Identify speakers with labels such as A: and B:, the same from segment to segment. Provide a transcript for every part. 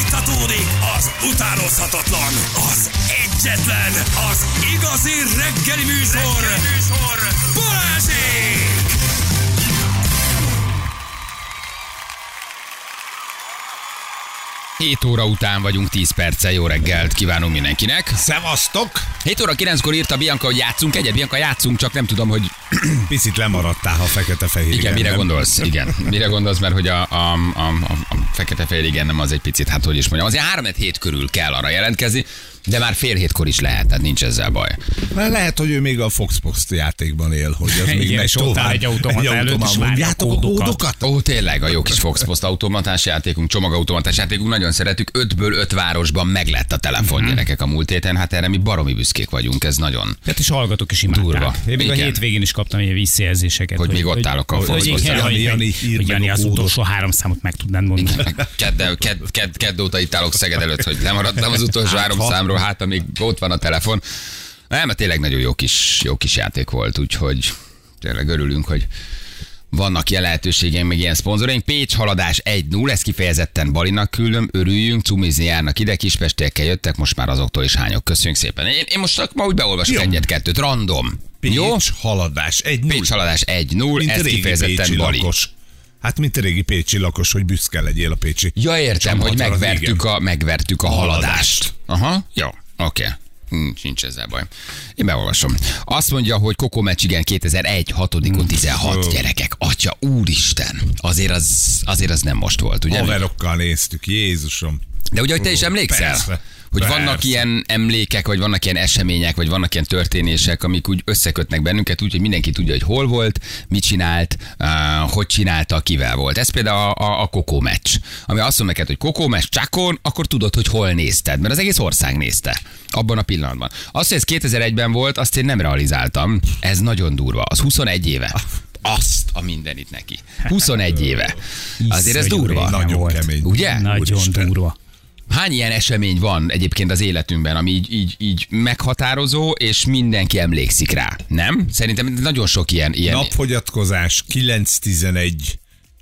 A: Fújtatódik az utánozhatatlan, az egyetlen, az igazi reggeli műsor, reggeli műsor. Balázsék!
B: Hét óra után vagyunk 10 perccel. Jó reggelt kívánunk mindenkinek.
C: Szevasztok!
B: 7 óra 9-kor írta Bianca, hogy játszunk egyet. Bianca, játszunk, csak nem tudom, hogy
C: Picit lemaradtál, ha fekete-fehér.
B: igen, mire
C: nem?
B: gondolsz. Igen, mire gondolsz, mert hogy a, a, a, a, a fekete fehér igen, nem az egy picit, hát hogy is mondjam. Azért 3 hét körül kell arra jelentkezni, de már fél hétkor is lehet, tehát nincs ezzel baj.
C: Mert lehet, hogy ő még a Foxbox játékban él, hogy az még
D: Igen,
C: megy
D: és ott áll
C: tovább.
D: egy automata előtt,
C: automata.
D: és várja a
C: Mondjátok a
D: kódokat.
C: kódokat?
B: Ó, tényleg a jó kis Fox Post automatás játékunk, csomagautomatás játékunk, nagyon szeretük. Ötből öt városban meglett a telefon gyerekek a múlt héten, hát erre mi baromi büszkék vagyunk, ez nagyon.
D: Hát is hallgatok is imádták.
B: Durva.
D: Én még
B: Igen.
D: a hétvégén is kaptam ilyen visszajelzéseket.
B: Hogy még ott állok a
D: hogy, hogy,
B: foghoz.
D: igen,
C: Jani,
D: hogy,
C: Jani, írd
D: hogy, hogy
C: meg
D: Jani
C: a
D: az
C: kódot.
D: utolsó három számot meg tudnád mondani.
B: Kedd, kedd, kedd, kedd óta itt állok Szeged előtt, hogy lemaradtam az utolsó három számról, hát amíg ott van a telefon. Nem, mert tényleg nagyon jó kis, jó kis játék volt, úgyhogy tényleg örülünk, hogy vannak ilyen lehetőségeink, meg ilyen szponzoraink. Pécs haladás 1-0, ezt kifejezetten Balinak küldöm, örüljünk, cumizni járnak ide, kispestiekkel jöttek, most már azoktól is hányok. Köszönjük szépen. Én, én most csak ma úgy beolvasok
C: Jó.
B: egyet-kettőt, random.
C: Pécs
B: Jó?
C: haladás. Egy null.
B: Pécs haladás 1-0,
C: Mint
B: ez
C: régi pécsi
B: kifejezetten Bali.
C: lakos. Hát mint a régi pécsi lakos, hogy büszke legyél a pécsi.
B: Ja, értem,
C: Csapatra
B: hogy
C: az
B: megvertük
C: igen.
B: a, megvertük a
C: Haladást.
B: haladást. Aha, jó, oké. Okay. Nincs, nincs ezzel baj. Én beolvasom. Azt mondja, hogy Coco igen 2001, 6 16 gyerekek. Atya, úristen. Azért az, azért az nem most volt, ugye?
C: Haverokkal néztük, Jézusom.
B: De ugye, hogy te is
C: Ó,
B: emlékszel?
C: persze.
B: Hogy
C: Persze.
B: vannak ilyen emlékek, vagy vannak ilyen események, vagy vannak ilyen történések, amik úgy összekötnek bennünket, úgy, hogy mindenki tudja, hogy hol volt, mit csinált, uh, hogy csinálta, kivel volt. Ez például a, a, a kokó meccs. Ami azt mondja neked, hogy kokó meccs csákon, akkor tudod, hogy hol nézted, mert az egész ország nézte abban a pillanatban. Azt, hogy ez 2001-ben volt, azt én nem realizáltam. Ez nagyon durva. Az 21 éve. Azt a mindenit neki. 21 éve. Azért ez
D: Iszonyú
B: durva.
D: régen
C: Nagyon
D: volt.
C: kemény.
B: Ugye?
D: Nagyon
C: Úristen.
D: durva.
B: Hány ilyen esemény van egyébként az életünkben, ami így, így, így meghatározó, és mindenki emlékszik rá, nem? Szerintem nagyon sok ilyen. ilyen.
C: Napfogyatkozás, 9-11,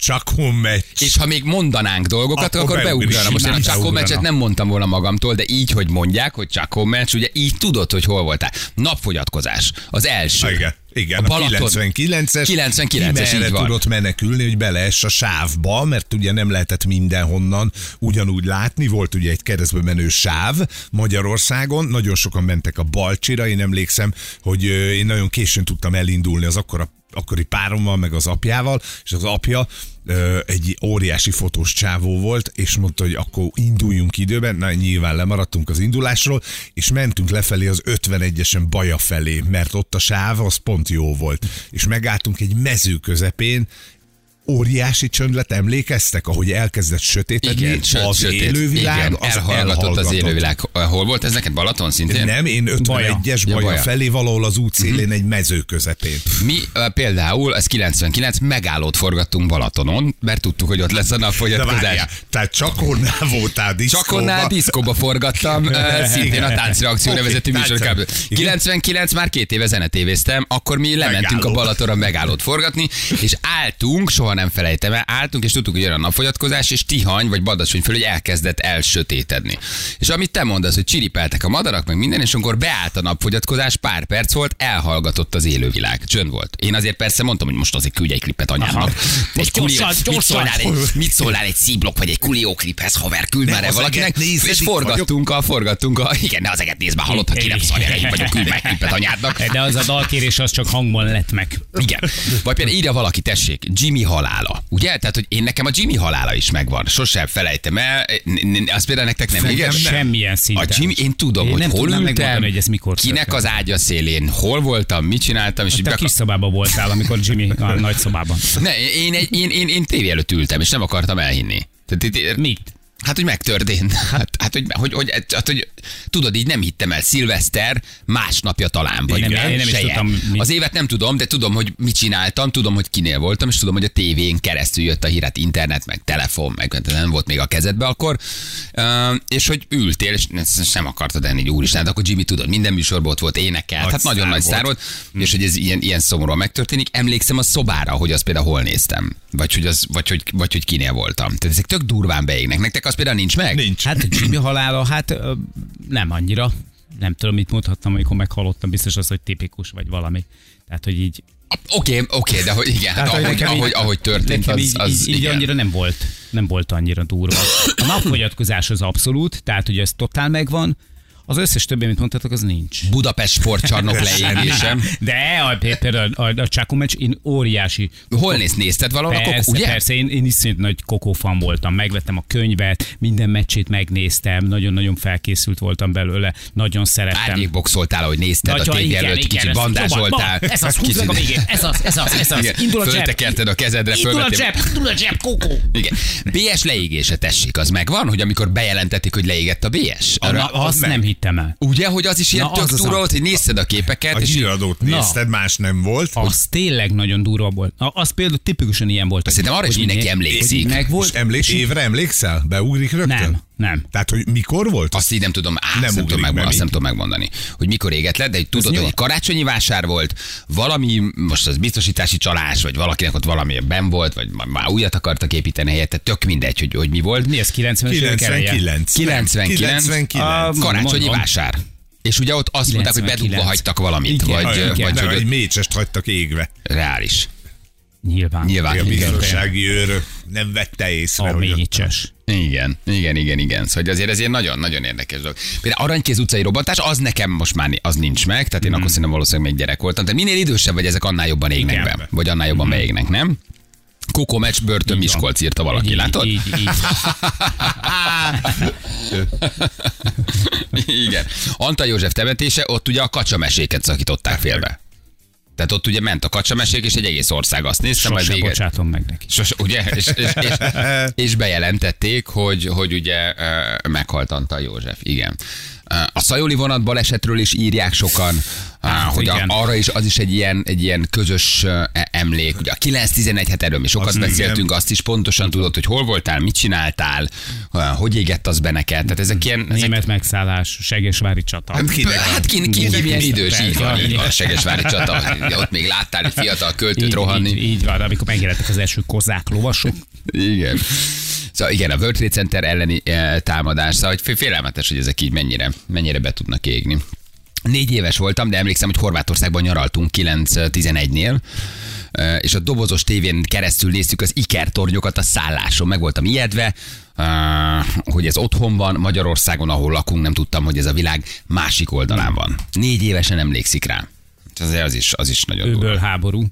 C: Csakon meccs.
B: És ha még mondanánk dolgokat, akkor,
C: Akkor
B: akkor
C: beugrana.
B: beugrana. Most én a
C: Simán
B: Csakó
D: beugrana.
B: meccset nem mondtam volna magamtól, de így, hogy mondják, hogy Csakó meccs, ugye így tudod, hogy hol voltál. Napfogyatkozás, az első.
C: Igen, igen, a,
B: Balaton.
C: 99-es.
B: 99-es,
C: Kimerre
B: így van.
C: tudott menekülni, hogy beleess a sávba, mert ugye nem lehetett mindenhonnan ugyanúgy látni. Volt ugye egy keresztbe menő sáv Magyarországon, nagyon sokan mentek a Balcsira, én emlékszem, hogy ö, én nagyon későn tudtam elindulni az akkora akkori párommal, meg az apjával, és az apja ö, egy óriási fotós csávó volt, és mondta, hogy akkor induljunk időben, na nyilván lemaradtunk az indulásról, és mentünk lefelé az 51-esen Baja felé, mert ott a sáv az pont jó volt. És megálltunk egy mező közepén, óriási csönd lett, emlékeztek, ahogy elkezdett sötétedni,
B: Igen, sö-
C: az
B: sötét,
C: élővilág,
B: igen,
C: az
B: elhallgatott az élővilág. Hol volt ez neked? Balaton szintén?
C: Nem, én 51-es Baja,
B: Ja, Baja. Mhm.
C: felé, valahol az út szélén egy mező közepén.
B: Mi ö, például, ez 99, megállót forgattunk Balatonon, mert tudtuk, hogy ott lesz a
C: De
B: napfogyatkozás.
C: várjál, tehát csakonnál voltál diszkóba.
B: Csak onnál diszkóba forgattam, ö, szintén a táncreakció
C: Oké,
B: nevezetű
C: táncre-
B: műsorkából.
C: Igen.
B: 99 már két éve zenetévéztem, akkor mi lementünk a
C: Megálló.
B: Balatonra megállót forgatni, és álltunk, soha nem felejtem el, álltunk, és tudtuk, hogy jön a napfogyatkozás, és Tihany vagy Badacsony föl, hogy elkezdett elsötétedni. És amit te mondasz, hogy csiripeltek a madarak, meg minden, és amikor beállt a napfogyatkozás, pár perc volt, elhallgatott az élővilág. Csönd volt. Én azért persze mondtam, hogy most azért küldj egy klipet anyámnak. Egy kulió,
D: gyorsan,
B: mit
D: gyorsan.
B: szólnál egy, mit szólnál egy szíblok, vagy egy kulió kliphez, haver, küld már
C: Ne
B: el
C: az
B: valakinek,
C: eget nézd,
B: és
C: eddig
B: forgattunk a, forgattunk a, igen, ne az eget nézd, már hallott, ha ki nem szarja, én vagyok, küld meg klipet anyádnak.
D: De az a dalkérés az csak hangban lett meg.
B: Igen. Vagy például írja valaki, tessék, Jimmy halála. Ugye? Tehát, hogy én nekem a Jimmy halála is megvan. Sosem felejtem el. N- n- Azt például nektek nem
C: Nekem
B: igen?
C: nem.
D: Semmilyen
B: A
D: szinten.
B: Jimmy, én tudom,
D: Én
B: hogy
D: nem
B: hol
D: tudnám
B: ültem,
D: megmondani, hogy ez mikor
B: kinek
D: történt. Hát
B: az ágya szélén, hol voltam, mit csináltam, és így
D: Te
B: beka-
D: kis szobában voltál, amikor Jimmy a nagy szobában.
B: ne, én, én, én, én, én tévé előtt ültem, és nem akartam elhinni. Tehát, itt-
D: Mit?
B: Hát, hogy megtörtént. Hát, hát hogy, hogy, hogy, hát, hogy, tudod, így nem hittem el. Szilveszter másnapja talán, vagy
D: Igen,
B: nem,
D: én nem is
B: seje.
D: tudtam, mi-
B: Az évet nem tudom, de tudom, hogy mit csináltam, tudom, hogy kinél voltam, és hát tudom, hogy a tévén keresztül jött a hír, hát internet, meg telefon, meg nem volt még a kezedbe akkor. Ö, Ö, és hogy ültél, és ezt ezt nem akartad enni, így úristen, de akkor Jimmy tudod, minden műsorban ott volt, énekelt,
C: Nagy
B: hát nagyon
C: sztár
B: nagy
C: volt.
B: sztár volt,
D: Hm.
B: és hogy ez ilyen, ilyen szomorúan megtörténik. Emlékszem a szobára, hogy azt például hol néztem, vagy hogy, az, vagy, hogy, vagy hogy kinél voltam. Tehát ezek tök durván beégnek. Nektek az például nincs meg?
C: Nincs.
D: Hát Jimmy halála, hát ö, nem annyira. Nem tudom, mit mondhattam, amikor meghalottam, biztos az, hogy tipikus vagy valami. Tehát, hogy így...
B: Oké, oké, de hogy igen, hát
D: hogy
B: ahogy,
D: nekem így-
B: ahogy, ahogy történt,
D: nekem
B: az,
D: így,
B: az
D: így, így
B: igen.
D: annyira nem volt, nem volt annyira durva. A napfogyatkozás az abszolút, tehát hogy ez totál megvan. Az összes többi, amit mondtatok, az nincs.
B: Budapest sportcsarnok leégése.
D: De a, például a, a, a Csákó meccs, én óriási
B: Hol néz, nézted valahol? a
D: Persze,
B: kokó, ugye?
D: persze, én, én iszonyat nagy kokófan voltam, megvettem a könyvet, minden meccsét megnéztem, nagyon-nagyon felkészült voltam belőle, nagyon szerettem.
B: Árnyékboxoltál, ahogy nézted a
D: Nagyon-
B: tévé
D: igen,
B: előtt,
D: igen,
B: kicsit
D: ezt-
B: bandázsoltál.
D: Jobban, ma, Ez az, húzd meg a végén, ez az, ez az, ez az,
B: Igen,
D: indul a zseb.
B: Föltekerted a kezedre,
D: Indul a
B: fölvettél-
D: zseb, indul a zseb, kokó.
B: Igen. BS leégése, tessék, az megvan, hogy amikor bejelentették, hogy leégett a BS?
D: Na,
B: Arra,
D: azt nem hittem el.
B: ugye, hogy az is ilyen
D: Na,
B: tök
D: az az
B: túra
D: a-
B: volt, hogy nézted a képeket,
C: A
B: és így-
C: híradót nézted, más nem volt.
D: Az tényleg nagyon durva volt. Na, az például tipikusan ilyen volt. hogy-
B: Szerintem arra is
D: hogy így
B: mindenki
D: né-
B: emlékszik.
D: hogy így Meg
C: Most
D: volt.
C: emléksz, évre emlékszel? Beugrik rögtön?
D: Nem, nem.
C: Tehát, hogy mikor volt?
B: Azt így nem tudom, á,
C: Nem
B: nem, nem,
C: ugrik
B: tudom
C: be
B: megmondani, azt
C: még.
B: nem tudom megmondani, hogy mikor égett le, de hogy tudod, hogy
D: nyilván-
B: egy karácsonyi vásár volt, valami, most az biztosítási csalás, vagy valakinek ott valami ben volt, vagy ma- már újat akartak építeni helyette, tök mindegy, hogy, hogy mi volt.
D: Mi ez, 90-es évek eleje?
C: 99.
B: 99.
C: 99.
D: Ah,
B: Karácsonyi
D: Mondom.
B: vásár. És ugye ott azt mondták, hogy
D: 99.
B: bedugva hagytak valamit,
D: Igen,
B: vagy,
C: Vagy,
B: vagy
C: nem,
B: hogy
C: egy
B: ott-
C: mécsest hagytak égve.
D: Hát
B: reális.
D: Nyilván.
B: Nyilván.
C: A
B: Igen.
C: biztonsági őr nem vette észre,
D: A
C: hogy ott-
D: mécses.
B: Igen, igen, igen, igen. Szóval hogy azért ez ilyen nagyon-nagyon érdekes dolog. Például Aranykéz utcai robbantás, az nekem most már ni- az nincs meg, tehát én
D: Mhm.
B: akkor szerintem valószínűleg még gyerek voltam. Tehát minél idősebb vagy, ezek annál jobban égnek
D: Igen. Mhm.
B: be, vagy annál jobban beégnek, nem? Kokó meccs börtön
D: Így van.
B: Miskolc írta valaki,
D: Így-
B: látod?
D: Így, így.
B: Igen. Antal József temetése, ott ugye a kacsameséket szakították félbe. Tehát ott ugye ment a kacsamesék, és egy egész ország azt nézte, majd
D: Sose
B: véget.
D: bocsátom meg neki.
B: Sos, ugye? És, és, és, és bejelentették, hogy, hogy ugye ö, meghalt Antal József. Igen. Ö, A szajoli vonat balesetről is írják sokan, ö, hogy a,
D: igen.
B: arra is az is egy ilyen, egy ilyen közös ö, e, emlék. Ugye a 9-11, hát erről mi sokat
C: Az
B: beszéltünk,
C: igen.
B: azt is pontosan tudod, hogy hol voltál, mit csináltál, ö, hogy égett az be neked. Tehát ezek ilyen... Ezek
D: Német megszállás, Segesvári csata.
C: Hát kinek?
B: Hát ki, ki, ki milyen
D: Mindenki.
B: idős, így van, így van, a Segesvári csata, ott még láttál egy fiatal költőt rohanni.
D: Így, így van, amikor megjelentek az első kozák lovasok.
B: Igen. Szóval igen, a World Trade Center elleni eh, támadás, szóval hogy fél- félelmetes, hogy ezek így mennyire, mennyire be tudnak égni. Négy éves voltam, de emlékszem, hogy Horvátországban nyaraltunk 9-11-nél, eh, és a dobozos tévén keresztül néztük az ikertornyokat a szálláson. Meg voltam ijedve, eh, hogy ez otthon van, Magyarországon, ahol lakunk, nem tudtam, hogy ez a világ másik oldalán van. Négy évesen emlékszik rá. Az, az, is, az is nagyon durva.
D: Öbölháború.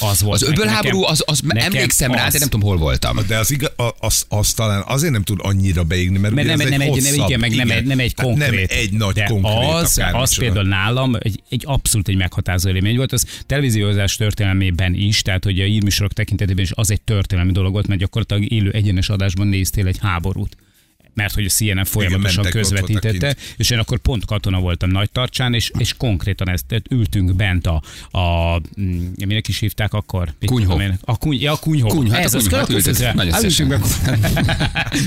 D: Az volt.
B: Az
D: nekem-
B: öbölháború, az, az
D: nekem
B: emlékszem rá, de nem tudom, hol voltam.
C: De az, iga, a- az, az talán azért nem tud annyira beégni, mert,
D: Mert
C: ugye ez
D: nem, nem,
C: egy
D: egy, nem,
C: hosszabb,
D: igen, meg nem, egy, nem egy
C: Tehát
D: konkrét.
C: Nem egy nagy
D: de
C: konkrét
D: Az, az
C: akármicsoda.
D: például nálam egy, egy abszolút egy meghatározó élmény volt. Az televíziózás történelmében is, tehát hogy a írműsorok tekintetében is az egy történelmi dolog volt, mert gyakorlatilag élő egyenes adásban néztél egy háborút mert hogy a CNN folyamatosan
C: mentek, ott voltak
D: közvetítette, és én akkor pont katona voltam nagy tartsán, és, és konkrétan ezt tehát ültünk bent a, a mm, minek is hívták akkor? Mit
B: Kunyhó.
D: tudom én? A kuny, ja, a kunyhó.
B: Kunyhó, hát
D: Ez
B: a
D: az,
B: kunyhót
D: köszönöm
B: ültött.
D: szépen.
B: Nagyon
D: Hát
B: szépen.
D: ültünk be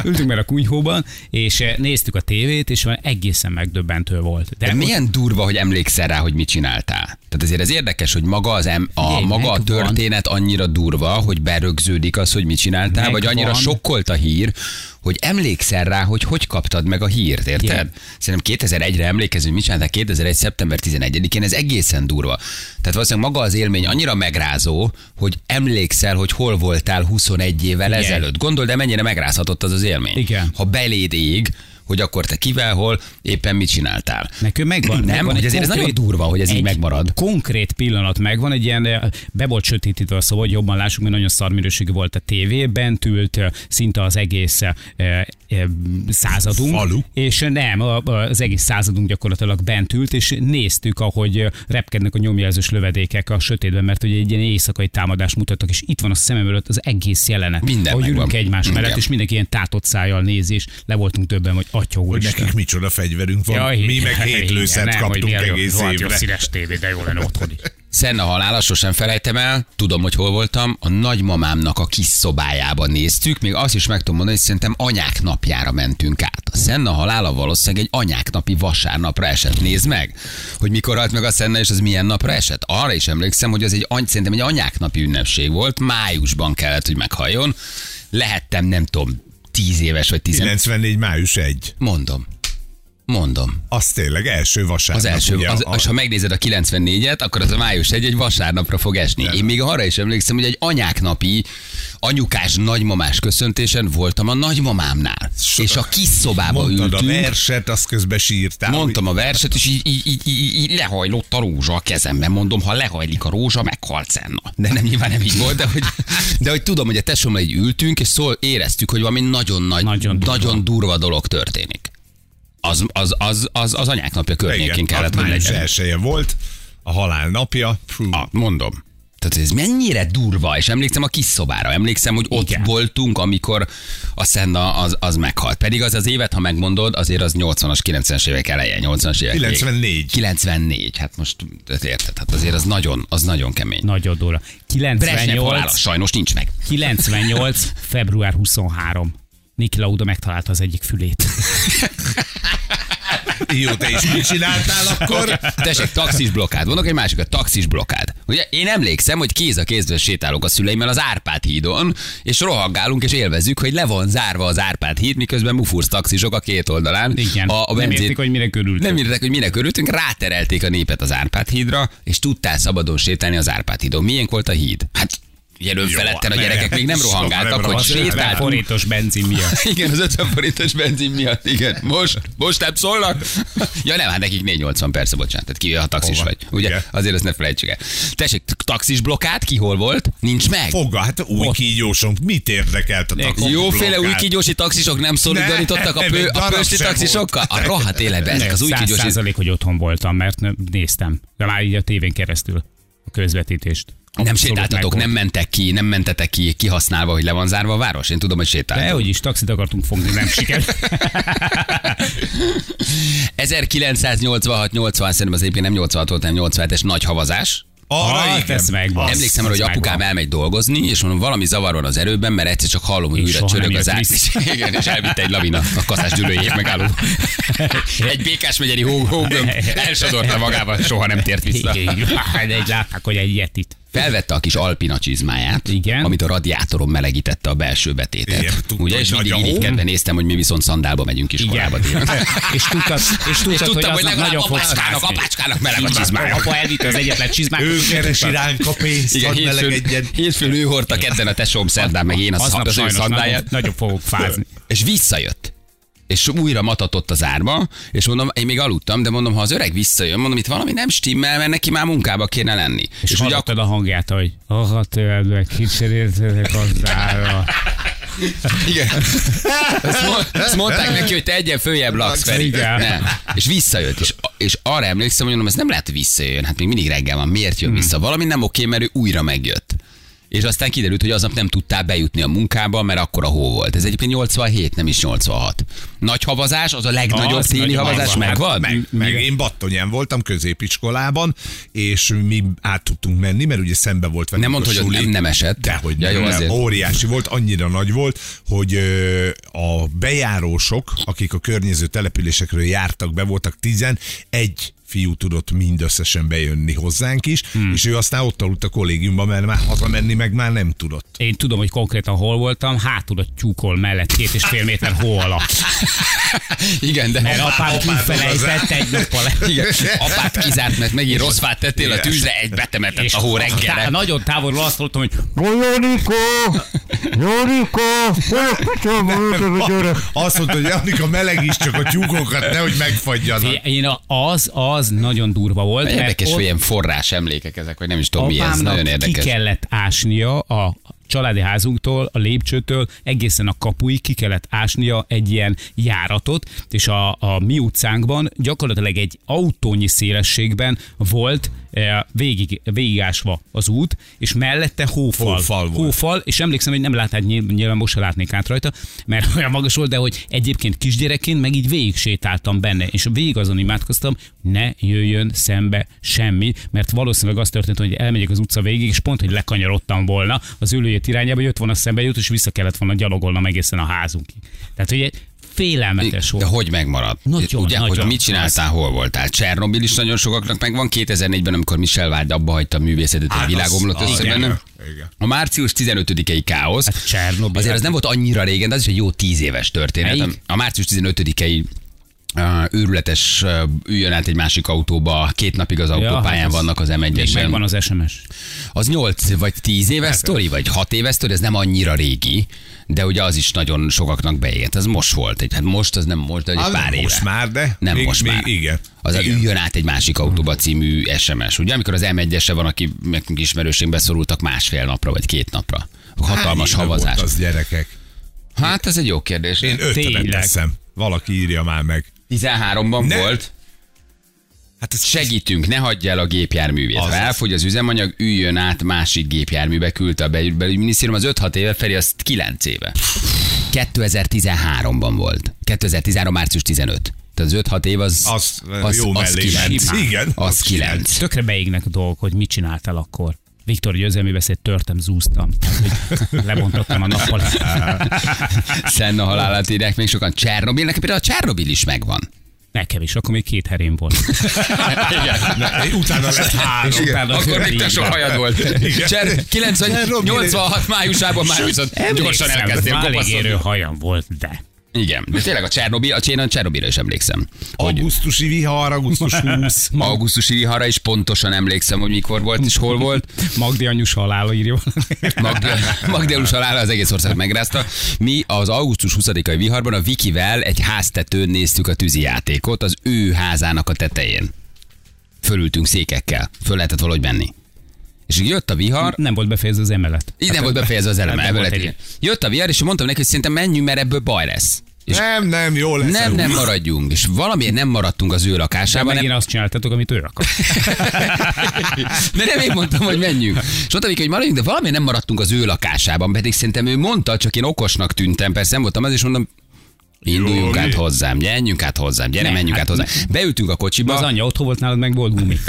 D: Ültünk már a kunyhóban, és eh, néztük a tévét, és már egészen megdöbbentő volt.
B: De
D: ott-
B: milyen durva, hogy emlékszel rá, hogy mit csináltál. Tehát azért ez érdekes, hogy maga, az em, a,
D: Figyelj,
B: maga a
D: megvan.
B: történet annyira durva, hogy berögződik az, hogy mit csináltál, vagy annyira
D: Megvan.
B: sokkolt a hír, hogy emlékszel rá, hogy hogy kaptad meg a hírt, érted?
D: Igen.
B: Szerintem 2001-re emlékezünk, mit csináltál 2001. szeptember 11-én, ez egészen durva. Tehát valószínűleg maga az élmény annyira megrázó, hogy emlékszel, hogy hol voltál 21 évvel
D: Igen.
B: ezelőtt. Gondold el, mennyire megrázhatott az az élmény.
D: Igen.
B: Ha beléd ég, hogy akkor te kivel, hol, éppen mit csináltál.
D: Nekünk megvan.
B: Nem,
D: megvan
B: hogy
D: egy
B: azért ez nagyon durva, hogy ez így
D: egy
B: megmarad.
D: Konkrét pillanat megvan, egy ilyen eh, be volt sötétítve a szó, hogy jobban lássuk, mert nagyon szar minőségű volt a tévé, bent ült eh, szinte az egész eh, eh, századunk.
C: Falu?
D: És nem, a- a- az egész századunk gyakorlatilag bent ült, és néztük, ahogy eh, repkednek a nyomjelzős lövedékek a sötétben, mert ugye egy ilyen éjszakai támadást mutattak, és itt van a szemem előtt az egész jelenet.
B: Minden
D: ahogy
B: megvan.
D: ülünk egymás
B: Igen.
D: mellett, és mindenki ilyen tátott szájjal néz, és le voltunk többen, hogy atya
C: hogy
D: úristen.
C: nekik micsoda fegyverünk van.
D: Jaj,
C: Mi meg
D: igen,
C: hétlőszet
D: nem, hogy
C: kaptunk
D: milyen jó.
C: egész
D: Rohadt jó
C: évre.
D: színes tévé, de jó lenne otthon is.
B: Szenna halála, sosem felejtem el, tudom, hogy hol voltam, a nagymamámnak a kis szobájában néztük, még azt is meg tudom mondani, hogy szerintem anyák napjára mentünk át. A Szenna halála valószínűleg egy anyák napi vasárnapra esett, nézd meg, hogy mikor halt meg a Szenna, és az milyen napra esett. Arra is emlékszem, hogy az egy, any- szerintem egy anyák napi ünnepség volt, májusban kellett, hogy meghalljon. Lehettem, nem tudom, 10 éves vagy 10
C: 94. május 1.
B: Mondom. Mondom.
C: Az tényleg első vasárnap.
B: Az első,
C: ugye,
B: az,
C: a-
B: az, ha megnézed a 94-et, akkor az a május egy egy vasárnapra fog esni. Én még arra is emlékszem, hogy egy anyáknapi, anyukás, nagymamás köszöntésen voltam a nagymamámnál. és a kis szobába
C: Szóval Mondtad a
B: ültünk.
C: verset, azt közben sírtál.
B: Mondtam a verset, és így, így, így, így, így lehajlott a rózsa a kezemben. Mondom, ha lehajlik a rózsa, meghalt Szenna. De nem nyilván nem így volt, de hogy, de hogy tudom, hogy a tesómmal így ültünk, és szól, éreztük, hogy valami nagyon nagy,
D: Nagyon
B: nagyon,
D: durva.
B: nagyon durva dolog történik. Az, az, az, az, az anyák napja környékén kellett,
C: az
B: hogy
C: május
B: legyen.
C: elsője volt, a halál napja. Fú,
B: Ah, mondom. Tehát ez mennyire durva, és emlékszem a kis szobára, emlékszem, hogy ott Igen. voltunk, amikor a Szenna az, az meghalt. Pedig az az évet, ha megmondod, azért az 80-as, 90-es évek eleje, 80-as évek. vége.
C: 94.
B: 94, hát most tehát érted, hát azért az nagyon, az nagyon kemény.
D: Nagyon durva.
B: Brezsnyev
D: 98,
B: halála sajnos nincs meg.
D: 98. február 23. Niki Lauda megtalálta az egyik fülét.
C: jó, te is mit csináltál akkor?
B: Tessék, taxis blokkád. Mondok egy másikat, taxis blokkád. Ugye én emlékszem, hogy kéz a kézben sétálok a szüleimmel az Árpád hídon, és rohaggálunk és élvezzük, hogy le van zárva az Árpád híd, miközben mufursz taxisok a két oldalán.
D: Igen.
B: A, a
D: Nem értik, hogy mire körültünk.
B: Nem értik, hogy mire körültünk, ráterelték a népet az Árpád hídra, és tudtál szabadon sétálni az Árpád hídon. Milyen volt a híd? Hát Jelöl feletten a
C: ne,
B: gyerekek még nem
C: soha
B: rohangáltak,
C: nem
B: hogy
C: rohansz-
D: Sétál
B: sétáltunk.
D: forintos benzin miatt.
B: Igen, az 50 forintos benzin miatt, igen. Most, most nem szólnak? Ja nem, hát nekik 480 persze, bocsánat, tehát kivéve, ha taxis
C: Hova?
B: vagy. Ugye?
C: Igen.
B: Azért ezt ne felejtsük el. Tessék, t- taxis blokkát, ki hol volt? Nincs meg.
C: Foga, hát új kígyósunk, mit érdekelt a taxis
B: Jóféle
C: blokkát?
B: új kígyósi taxisok nem szolidarítottak a,
C: Ne,
B: pő,
C: egy
B: a
C: darab
B: pősti
C: sem
B: taxisokkal? A rohadt életben ezek az új
D: Száz
B: kígyósi...
D: százalék, hogy otthon voltam, mert nem- néztem. De már így a tévén keresztül a közvetítést.
B: Nem
D: Abszolút
B: sétáltatok,
D: megvolt.
B: nem mentek ki, nem mentetek ki, kihasználva, hogy le van zárva a város. Én tudom, hogy sétáltatok.
D: Dehogy is taxit akartunk fogni, nem sikerült.
B: 1986-80, szerintem az egyébként nem 86 volt, hanem 87-es nagy havazás.
C: Arra
D: Ah,
C: igen.
D: ez megvan.
B: Az, Emlékszem arra, hogy
D: Ez
B: apukám
D: megvan.
B: elmegy dolgozni, és mondom, valami zavar van az erőben, mert egyszer csak hallom, hogy
D: És
B: újra
D: soha
B: csörög
D: nem
B: az
D: jött
B: át.
D: vissza.
B: Igen, és elvitte egy lavina a kaszás gyűlőjét megálló. egy békás megyeri hó- hógömb elsodorta magával, soha nem tért vissza.
D: Igen, hát egy látták, hogy egy yetit.
B: Felvette a kis alpina csizmáját,
D: Igen.
B: amit a radiátoron melegítette a belső betétet.
C: Igen, tudta,
B: Ugye,
C: hogy
B: és
C: nagy
B: mindig
C: a hó.
B: irigykedve néztem, hogy mi viszont szandálba megyünk iskolába.
D: Igen. és tudtad, és tudtad,
B: És tudtam, hogy
D: aznak
B: legalább
D: nagyon fogsz
B: apácskának,
D: fázni.
B: apácskának meleg a
D: Így van,
B: csizmája.
D: Apa elvitte az egyetlen csizmát.
C: Ő
D: és
C: keresi
D: tudtad.
C: ránk a pénzt,
B: Igen,
C: hadd
B: hétfőn,
C: melegedjen.
B: hétfőn ő hordta kedden a tesóm szerdán, meg én a szab-
D: Aznap
B: az ő
D: sajnos nagyon,
B: szandáját.
D: nagyon fogok fázni.
B: És visszajött. És újra matatott az árba, és mondom, én még aludtam, de mondom, ha az öreg visszajön, mondom, itt valami nem stimmel, mert neki már munkába kéne lenni.
D: És, és
B: ugye
D: hallottad a hangját, hogy Aha, tőled meg kicseréltetek az ára.
B: Igen. Ezt, mo- ezt mondták neki, hogy te egyen följebb laksz, Feri.
D: Igen.
B: Nem. És visszajött, és, és arra emlékszem, hogy mondom, ez nem lehet, hogy visszajön, hát még mindig reggel van, miért jön vissza? Valami nem oké, mert ő újra megjött. És aztán kiderült, hogy aznap nem tudtál bejutni a munkába, mert akkor a hó volt. Ez egyébként 87, nem is 86. Nagy havazás, az a legnagyobb
D: Az
B: téli
D: nagyon
B: havazás
D: megvan.
B: megvan?
D: Hát meg.
C: Meg én Battonyán voltam középiskolában, és mi át tudtunk menni, mert ugye szembe volt velünk
B: Nem mondd,
C: a
B: hogy ott
C: suli.
B: nem- nem esett.
C: Dehogy
B: Ja,
C: nem,
B: jó,
C: nem.
B: azért.
C: Óriási volt, annyira nagy volt, hogy ö, a bejárósok, akik a környező településekről jártak, be voltak tizen, egy fiú tudott mindösszesen bejönni hozzánk is, hmm. és ő aztán ott aludt a kollégiumban, mert már hazamenni meg már nem tudott.
D: Én tudom, hogy konkrétan hol voltam, hátul a tyúkol mellett két és fél méter hó alatt.
B: Igen, de...
D: Mert apám
C: apád
D: kifelejtett egy nappal.
B: Igen. Apát kizárt, mert megint rossz fát tettél a
C: Igen.
B: tűzre, egy betemetett a hó reggelre.
D: tá- nagyon távolról azt hallottam, hogy
C: Azt mondta, hogy Janika meleg is, csak a tyúkokat nehogy megfagyjanak.
D: Figyelj, Én a- az, az nagyon durva volt. mert
B: Érdekes,
D: ott
B: hogy ilyen forrás emlékek ezek, vagy nem is tudom mi ez.
D: apámnak
B: Nagyon
D: ki
B: érdekes.
D: kellett ásnia a családi házunktól, a lépcsőtől egészen a kapuig ki kellett ásnia egy ilyen járatot, és a, a mi utcánkban gyakorlatilag egy autónyi szélességben volt eh, végig, végigásva az út, és mellette hófal.
C: Hófal volt.
D: hófal és emlékszem, hogy nem látnád, nyilv- nyilván most se látnék át rajta, mert olyan magas volt, de hogy egyébként kisgyerekként meg így végig sétáltam benne, és végig azon imádkoztam, ne jöjjön szembe semmi, mert valószínűleg az történt, hogy elmegyek az utca végig, és pont, hogy lekanyarodtam volna az ülőjét irányába, jött volna szembe jut, és vissza kellett volna gyalogolnom egészen a házunkig. Tehát, hogy egy félelmetes
B: De
D: volt.
B: hogy megmarad?
D: Nagyon,
B: Ugye, hogy
D: nagyon.
B: mit csináltál, hol voltál? Csernobil is nagyon sokaknak megvan. 2004-ben, amikor Michel Vád abba hagyta a művészetet, egy
C: Hát
B: világ
C: az-
B: omlott
C: az-
B: össze
C: igen.
B: bennem.
C: Igen.
B: A március 15-i káosz.
D: Hát Csernobil.
B: Azért az nem volt annyira régen, de az is egy jó tíz éves történet.
D: Melyik?
B: A március 15-i Uh, őrületes uh, üljön át egy másik autóba, két napig az autópályán
D: hát
B: ja,
D: az-
B: vannak az
D: Még
B: M1-esen.
D: megvan az SMS.
B: Az 8 vagy 10
C: Hát
B: éves sztori, vagy 6 éves sztori, ez nem annyira régi, de ugye az is nagyon sokaknak beért. Ez most volt. Egy, hát most az nem most, de egy
C: Hát nem
B: pár éve.
C: most már, de
B: Nem
C: még-
B: most
C: még
B: már.
C: igen.
B: Az
C: Igen.
B: a üljön át egy másik autóba című SMS. Ugye, amikor az M1-ese van, aki nekünk ismerőségbe szorultak másfél napra, vagy két napra. Hatalmas
C: Hány éve
B: havazás.
C: Hát Volt az gyerekek.
B: Hát ez egy jó kérdés.
C: Én ötletet
D: Tényleg.
C: teszem. Valaki írja már meg.
B: 13-ban
C: Ne.
B: volt.
C: Hát ez
B: Segítünk, ne hagyj el a gépjárművét. Ha
C: Azaz.
B: elfogy az üzemanyag, üljön át másik gépjárműbe, küldte a belügy- belügyminisztérium. Az 5-6 éve felé, az 9 éve. 2013-ban volt. 2013. március 15. Tehát az 5-6 év az,
C: Az, jó mellé ment.
B: 9.
C: Igen,
B: az
C: az
B: 9.
D: Tökre beégnek a dolgok, hogy mit csináltál akkor. Viktor győzelmi beszéd, törtem, zúztam. Tehát, hogy lebontottam a nappalit.
B: Szenna halálát írják még sokan. Csernobil, nekem például a Csernobil is megvan.
D: Nekem is, akkor még két herén volt.
B: Igen.
C: Ne, utána lett három.
D: És igen.
B: Akkor még te sok hajad volt.
C: Igen.
B: Cser, 90,
C: Csernobil.
B: 86 májusában már viszont gyorsan elkezdtél
D: kopaszodni.
B: kopaszodni.
D: hajam volt, de.
B: Igen, de tényleg a Csernobil, a én a Csernobira is emlékszem. Hogy
C: Augusztusi vihar, augusztus 20.
B: augusztusi viharra is pontosan emlékszem, hogy mikor volt és hol volt.
D: Magdi anyus halála írja.
B: Magda, Magdeus halála az egész ország megrázta. Mi az augusztus 20-ai viharban a Vikivel egy háztetőn néztük a tűzi játékot, az ő házának a tetején. Fölültünk székekkel, föl lehetett valahogy menni. És így jött a vihar,
D: Nem volt befejezve az emelet.
B: így nem volt befejezve az elem,
D: ebben
B: ebből
D: Hát volt
B: lett
D: egy-
B: ilyen. Jött a vihar, és mondtam neki, hogy szerintem menjünk, mert ebből baj lesz. És
C: Nem, nem, jó lesz.
B: nem, nem maradjunk. És valamiért nem maradtunk az ő lakásában.
D: Megint
B: nem-
D: azt csináltatok, amit ő akar.
B: De nem én mondtam, hogy menjünk. És mondtam neki, hogy maradjunk, de valami nem maradtunk az ő lakásában, pedig szerintem ő mondta, csak én okosnak tűntem, persze nem voltam az, és mondom, induljunk
C: Jó,
B: át
C: mi?
B: hozzám, gyerünk át hozzám, gyere,
D: Ne,
B: menjünk át
D: hát
B: hozzám. Beültünk a
D: De az
B: kocsiba,
D: anyja otthon volt nálad, meg volt gumi.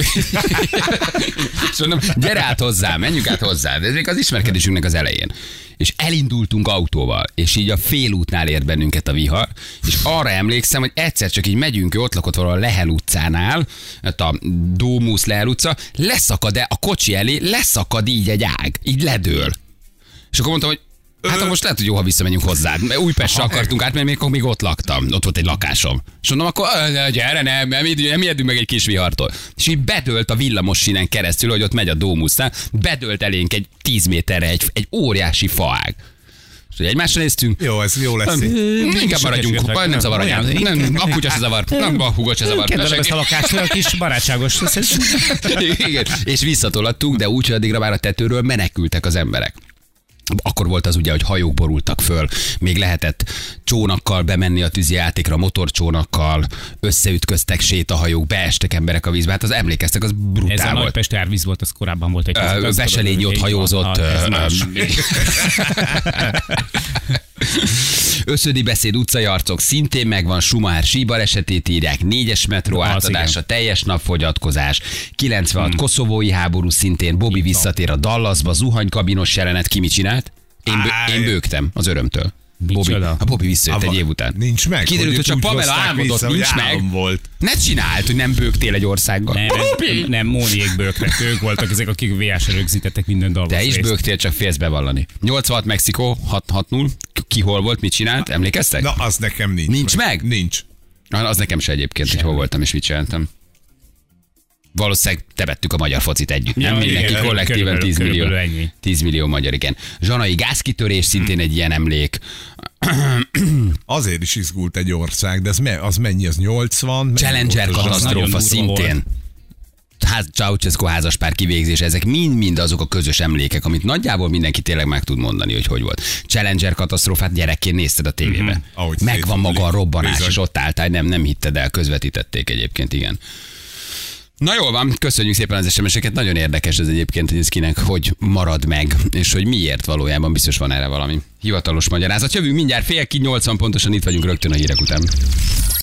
B: és mondom, Szóval gyere át hozzám, menjünk át hozzám. Ez még az ismerkedésünknek az elején. És elindultunk autóval, és így a félútnál ért bennünket a vihar, és arra emlékszem, hogy egyszer csak így megyünk, ő ott lakott valahol a Lehel utcánál, ott a Dómusz Lehel utca, leszakad -e a kocsi elé, leszakad így egy ág, így ledől. És akkor mondtam, hogy Hát akkor most lehet, hogy jó, ha visszamegyünk hozzád. Mert Újpestre akartunk át, mert még, akkor még ott laktam. Ott volt egy lakásom. És mondom, akkor "Ö, ne, gyere, nem, nem, id- nem ijedünk meg egy kis vihartól. És így bedölt a villamos sínen keresztül, hogy ott megy a Dómusznál, bedölt elénk egy 10 méterre egy, egy óriási faág. És így egymásra néztünk,
C: Jó, ez jó lesz. így.
B: nem, inkább maradjunk, baj, nem zavar anyám. Nem, a kutya se zavar, nem, a húga se zavar.
D: Kedvelem ezt a
B: Senki-
D: lakást, a kis barátságos.
B: Igen. És visszatolattunk, de úgy, hogy addigra már a tetőről menekültek az emberek. Akkor volt az ugye, hogy hajók borultak föl, még lehetett csónakkal bemenni a tűzijátékra, motorcsónakkal, összeütköztek sétahajók, beestek emberek a vízbe, hát az emlékeztek, az
D: Ez a
B: brutál volt.
D: Nagypest árvíz volt, az korábban volt egy.
B: Ö, Veselény ott hajózott.
D: Ez
B: ö,
D: más.
B: ö, Összödi beszéd, utcai arcok szintén megvan, Sumár síbar esetét írják, négyes metró
D: Az
B: átadása, teljes napfogyatkozás, 96
C: Hmm.
B: koszovói háború szintén, Bobby visszatér a Dallasba, zuhanykabinos jelenet, ki mit csinált? Én, bő,
C: Áj.
B: én bőgtem az örömtől. Bobby,
D: Micsoda?
B: a Bobby visszajött
C: Ava-
B: egy év után.
C: Nincs meg,
B: Kiderült,
C: hogy
B: hogy csak
C: úgy
B: Pamela
C: hozták
B: álmodott,
C: vissza, hogy
B: nincs meg.
C: álom volt.
B: Ne csináld, hogy nem bőgtél egy országgal.
D: Nem,
B: Bobby!
D: nem, nem Móniék bőknek, ők voltak ezek, akik VS-re rögzítettek minden dalban.
B: Te is bőgtél, csak félsz bevallani. 86 Mexikó, 6-6-0, ki hol volt, mit
D: Hát,
B: csinált, emlékeztek?
C: Na, az nekem nincs.
B: Nincs meg?
C: Nincs.
B: Na, Az nekem se egyébként, hogy hol voltam és mit csináltam. Valószínűleg tebettük a magyar focit együtt. Nem
D: Ja,
B: mindenki
D: igen,
B: kollektíven
D: körülbelül-
B: 10 millió.
D: körülbelül ennyi.
B: 10 millió magyar, igen. Zsanai gázkitörés szintén egy ilyen emlék.
C: Azért is izgult egy ország, de ez me, az mennyi, az 80? Mennyi
B: Challenger
C: volt az
D: az
B: katasztrófa
D: nagyon durva
B: szintén.
D: volt.
B: ház, Ceausescu házaspár kivégzés, ezek mind-mind azok a közös emlékek, amit nagyjából mindenki tényleg meg tud mondani, hogy hogy volt. Challenger katasztrófát gyerekként nézted a tévébe. Mm-hmm.
C: Mhm. Ahogy
B: Megvan
C: szétfullik.
B: maga a robbanás,
C: Bizony.
B: és ott álltál, nem, nem hitted el, közvetítették egyébként, igen. Na jól van, köszönjük szépen az SMS-eket. Nagyon érdekes ez egyébként, hogy ez kinek hogy marad meg, és hogy miért valójában biztos van erre valami hivatalos magyarázat. Jövünk mindjárt fél ki, 80 pontosan itt vagyunk rögtön a hírek után.